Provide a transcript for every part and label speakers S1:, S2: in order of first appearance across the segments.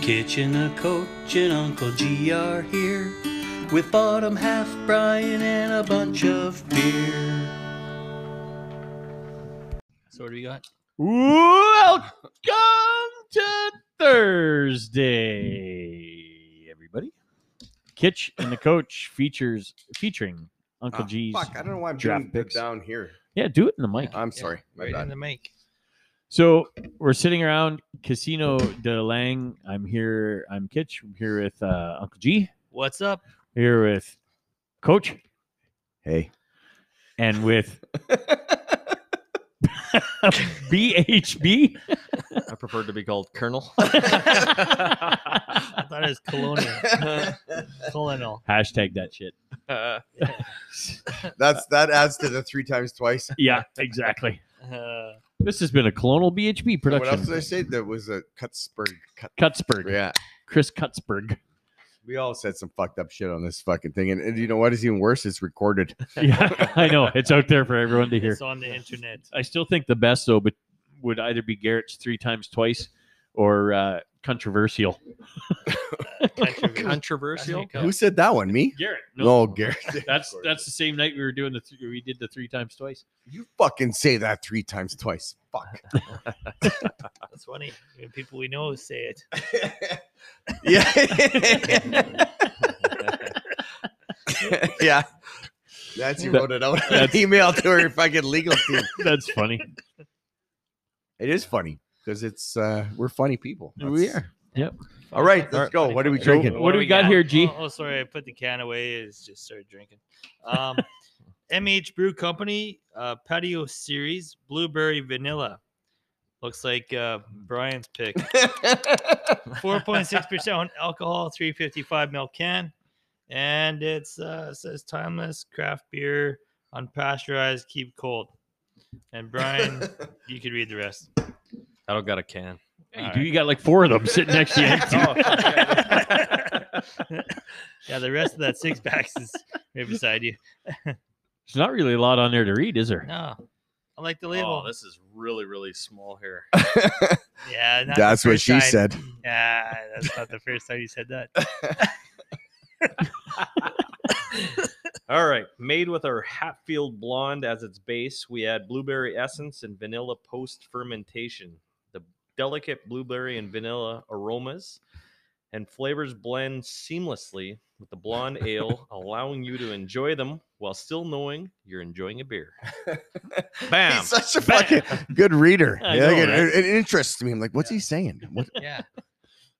S1: Kitchener Coach and Uncle G are here with Bottom Half Brian and a bunch of beer. So what do we got?
S2: Welcome to Thursday, everybody. Kitch and the Coach features featuring Uncle
S3: Ah,
S2: G's.
S3: Fuck, I don't know why I'm
S2: draft
S3: doing it
S2: picks.
S3: down here.
S2: Yeah, do it in the mic.
S3: I'm sorry. My
S4: right in
S3: bad.
S4: the mic.
S2: So we're sitting around Casino de Lang. I'm here. I'm Kitch. I'm here with uh, Uncle G.
S1: What's up?
S2: Here with Coach
S3: Hey.
S2: and with BHB.
S4: I prefer to be called Colonel.
S1: I thought it was colonial. colonial.
S2: Hashtag that shit.
S4: Uh,
S3: That's that adds to the three times twice.
S2: Yeah, exactly.
S1: Uh,
S2: This has been a Colonal BHB
S3: What else did
S2: production.
S3: I say? That was a Cutsburg. Cut,
S2: Cutsburg.
S3: yeah,
S2: Chris Cutsburg.
S3: we all said some fucked up shit on this fucking thing, and, and you know what is even worse? It's recorded.
S2: Yeah, I know. It's out there for everyone to hear.
S1: it's on the internet.
S2: I still think the best though, but would either be Garrett's three times twice or uh, controversial.
S1: Controversial.
S4: controversial.
S3: Who said that one? Me?
S2: Garrett.
S3: No, Garrett.
S2: That's that's the same night we were doing the th- we did the three times twice.
S3: you fucking say that three times twice. Fuck.
S1: That's funny. We have People we know say it.
S3: yeah. yeah. Nancy
S2: That-
S3: wrote it out. in
S2: that's-
S3: an Email to her fucking legal team.
S2: That's funny.
S3: It is funny because it's uh we're funny people. That's- All
S1: Fuck,
S3: right,
S1: that's
S3: let's
S1: funny,
S3: go. What are we
S1: funny.
S2: So,
S3: drinking?
S2: what do we got here, G?
S1: Oh, oh, sorry, I put the can away. Is just started drinking. Um, MH Brew Company uh, Patio Series Blueberry Vanilla. Looks like uh, Brian's pick. Four point six percent on alcohol, three fifty five ml can, and it's uh, says timeless craft beer, unpasteurized, keep cold. And Brian, you could read the rest.
S4: I don't got a can.
S2: Hey, dude, you got like four of them sitting next to you.
S1: Yeah, the rest of that six packs is right beside you.
S2: There's not really a lot on there to read, is there?
S1: No, I like the label.
S4: Oh, this is really, really small here.
S1: Yeah, not the
S3: That's what
S1: first
S3: she
S1: time.
S3: said.
S1: Yeah, that's not the first time you said that.
S4: All right. Made with our Hatfield Blonde as its base, we add blueberry essence and vanilla post fermentation. The delicate blueberry and vanilla aromas and flavors blend seamlessly with the blonde ale, allowing you to enjoy them while still knowing you're enjoying a beer. Bam.
S3: He's such a
S4: Bam.
S3: fucking good reader.
S2: I
S3: Yeah,
S2: know,
S3: it,
S2: right?
S3: it- it interests me. I'm like, what's he saying? What?
S1: Yeah,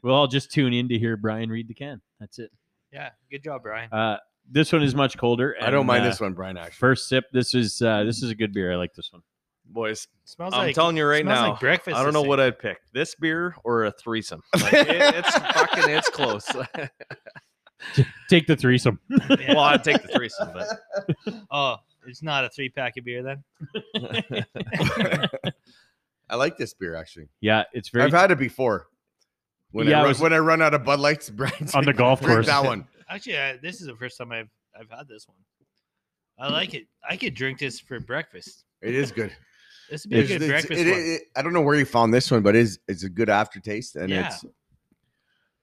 S2: Well, I'll just tune in to hear Brian read the can. That's it.
S1: yeah. Good job, Brian.
S2: Uh, this one is much colder.
S3: I don't
S2: and,
S3: mind
S2: uh,
S3: this one, Brian. Actually,
S2: First sip. This is uh, this is a good beer. I like this one.
S4: Boys,
S1: Smells
S4: I'm
S1: like
S4: telling you right
S1: smells
S4: now,
S1: like breakfast.
S4: I don't know what I'd pick: this beer or a threesome. Like, it- it's fucking, it's close.
S2: Take the threesome.
S4: well, I'd take the threesome, but
S1: oh, it's not a three pack of beer then.
S3: I like this beer actually.
S2: Yeah, it's very
S3: I've had it before. When
S2: Yeah, I
S3: I run,
S2: was-
S3: when I run out of Bud Lights, Brian's
S2: on the
S3: like,
S2: golf
S3: "Drink
S2: course.
S3: that one.
S1: Actually, I, this is the first time I've I've had this one. I like it. I could drink this for breakfast.
S3: It is good.
S1: This would be a
S3: It's-
S1: good
S3: it's-
S1: breakfast
S3: it-
S1: one.
S3: it- I don't know where you found this one, but it's it's a good aftertaste, and
S1: Yeah.
S3: it's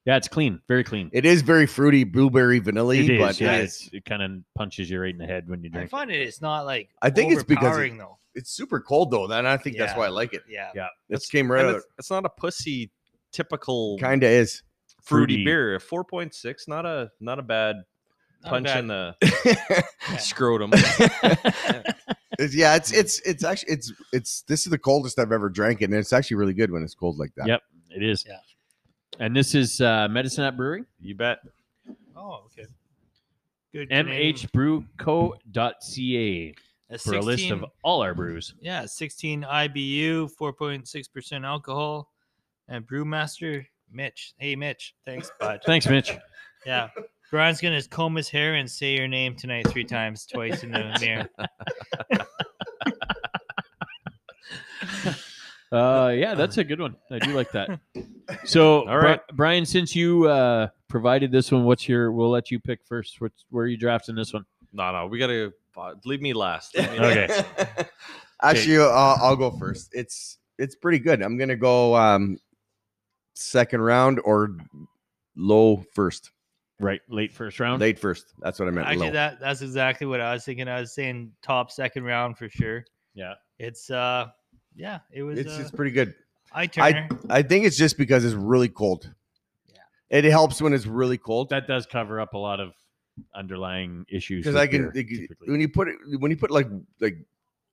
S2: Yeah, it's clean, very clean.
S3: it is very fruity, blueberry, vanilla.
S2: It
S3: But
S2: is. Yeah,
S3: it
S2: it's-
S3: is.
S2: it kind of punches you right in the head when you
S1: I
S2: drink.
S1: find it. It's not like
S3: I think it's because it-
S1: overpowering, though.
S3: It's super cold though, and I think that's
S1: Yeah.
S3: why I like it.
S1: Yeah,
S3: This came right
S4: and
S3: out.
S4: it's, it's not a pussy typical
S3: Kinda is.
S4: fruity,
S2: fruity.
S4: beer. Four point six, not a not a bad
S1: Not
S4: punch
S1: bad.
S4: in the
S1: Yeah.
S4: scrotum.
S3: It's, yeah, it's it's it's actually it's it's this is the coldest I've ever drank it, and it's actually really good when it's cold like that.
S2: Yep. It is.
S1: Yeah.
S2: And this is uh, Medicine Hat Brewing,
S4: you bet.
S1: Oh, okay. Good. Canadian-
S2: mhbrewco.ca
S1: a
S2: for a list of
S1: 16
S2: all our brews.
S1: Yeah, 16 IBU, 4.6% alcohol, and brewmaster Mitch. Hey, Mitch. Thanks, bud.
S2: Thanks, Mitch.
S1: yeah. Brian's going to comb his hair and say your name tonight three times, twice in the mirror.
S2: Uh, yeah, that's a good one. I do like that. So,
S4: All right.
S2: Bri- Brian, since you uh, provided this one, what's your? We'll let you pick first. What's, where are you drafting this one?
S4: No, no, we gotta uh, leave me last. Leave me last.
S2: Okay.
S3: actually, uh, I'll go first. It's it's pretty good. I'm gonna go. Um, second round or low first,
S2: right? Late first round.
S3: late first. That's what I meant.
S1: Actually,
S3: Low.
S1: that that's exactly what I was thinking. I was saying top second round for sure.
S2: Yeah.
S1: It's uh, yeah, it was.
S3: it's
S1: uh,
S3: it's pretty good.
S1: I Turner.
S3: I think it's just because it's really cold.
S1: Yeah.
S3: It helps when it's really cold.
S2: That does cover up a lot of underlying issues.
S3: because
S2: with
S3: I can,
S2: beer,
S3: it can-
S2: typically.
S3: when you put it when you put like like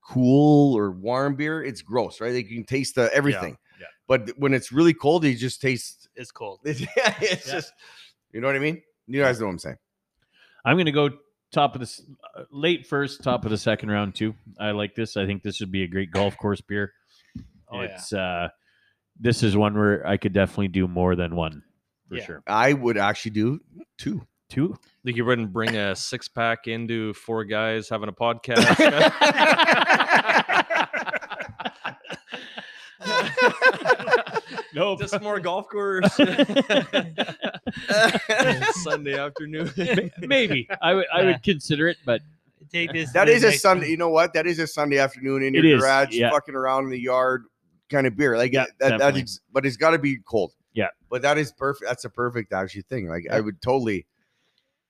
S3: cool or warm beer, it's gross, right? You can taste the, everything.
S2: yeah.
S3: But when it's really cold, you just taste.
S1: it's cold.
S3: It's, yeah, it's
S1: Yeah.
S3: just you know what I mean. You guys know what I'm saying.
S2: I'm going to go top of the s- uh, late first, top of the second round too. I like this. I think this would be a great golf course beer.
S1: Oh yeah.
S2: it's uh, this is one where I could definitely do more than one for
S1: Yeah.
S2: sure.
S3: I would actually do two.
S2: Two.
S4: think you wouldn't bring a six pack into four guys having a podcast.
S2: No,
S4: Just more golf course. Sunday afternoon.
S2: maybe I would I
S1: Yeah.
S2: would consider it, but
S1: Take this.
S3: That
S1: this
S3: is a
S1: next
S3: Sunday.
S1: one.
S3: You know what? That is a Sunday afternoon in
S2: It
S3: your
S2: is,
S3: garage,
S2: yeah.
S3: fucking around in the yard, kind of beer. Like
S2: Yeah,
S3: that. that
S2: definitely.
S3: is, but it's got to be cold.
S2: Yeah.
S3: But that is perfect. That's a perfect actually thing. Like I
S2: Yeah.
S3: would totally,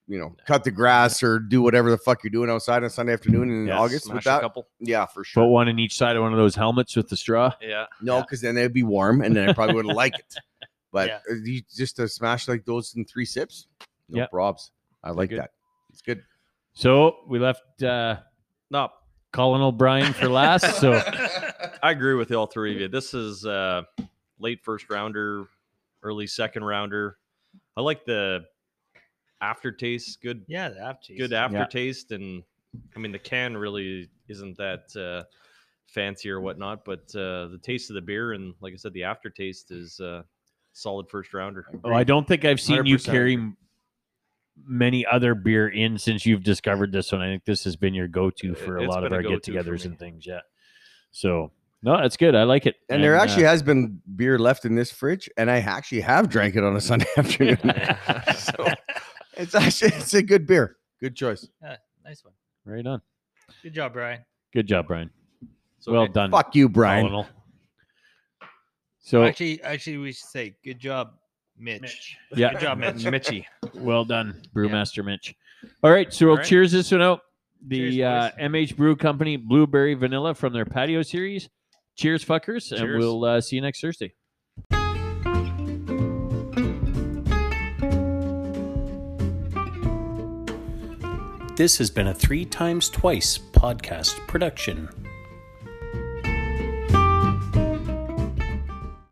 S3: you know, cut the grass or do whatever the fuck you're doing outside on Sunday afternoon in
S2: Yeah,
S3: August with
S4: Smash a
S3: that.
S4: couple.
S3: Yeah, for
S2: put
S3: sure.
S2: one in each side of one of those helmets with the straw.
S4: Yeah.
S3: no,
S4: yeah.
S3: because then it'd be warm, and then I probably wouldn't like it. But
S1: Yeah.
S3: uh, you just to smash like those in three sips, no
S2: Yeah.
S3: probs. I like
S2: good.
S3: that. It's good.
S2: So we left uh,
S4: No,
S2: Colin O'Brien for last. So
S4: I agree with all three of you. This is uh late first rounder, early second rounder. I like the aftertaste, good
S1: Yeah, the aftertaste.
S4: good aftertaste, and I mean the can really isn't that uh, fancy or whatnot, but uh, the taste of the beer and like I said, the aftertaste is uh, solid first rounder.
S2: oh, I don't think I've seen you
S3: 100%.
S2: carry m- many other beer in since you've discovered this one. I think this has been your go-to
S4: It-
S2: for a
S4: it's
S2: lot of
S4: been
S2: our
S4: a go-to for
S2: get-togethers
S4: me.
S2: and things. Yeah. So no, that's good. I like it.
S3: And, there
S2: uh,
S3: actually has been beer left in this fridge, and I actually have drank it on a Sunday afternoon.
S2: uh,
S3: so it's actually it's a good beer. Good choice.
S1: Nice one.
S2: right on.
S1: Good job, Brian.
S2: Good job, Brian.
S4: So
S2: well
S4: okay,
S2: done,
S3: Fuck you, Brian.
S2: Colin. So
S1: Actually, actually, we should say good job, Mitch.
S2: yeah,
S1: Good job, Mitch.
S4: Mitchy.
S2: Well done, Brewmaster Mitch. All right, so we'll
S4: right.
S2: cheers this one out. The
S1: Cheers,
S2: uh, MH Brew Company Blueberry Vanilla from their patio series. Cheers, fuckers, and
S4: Cheers.
S2: we'll uh, see you next Thursday.
S5: This has been a three times twice podcast production.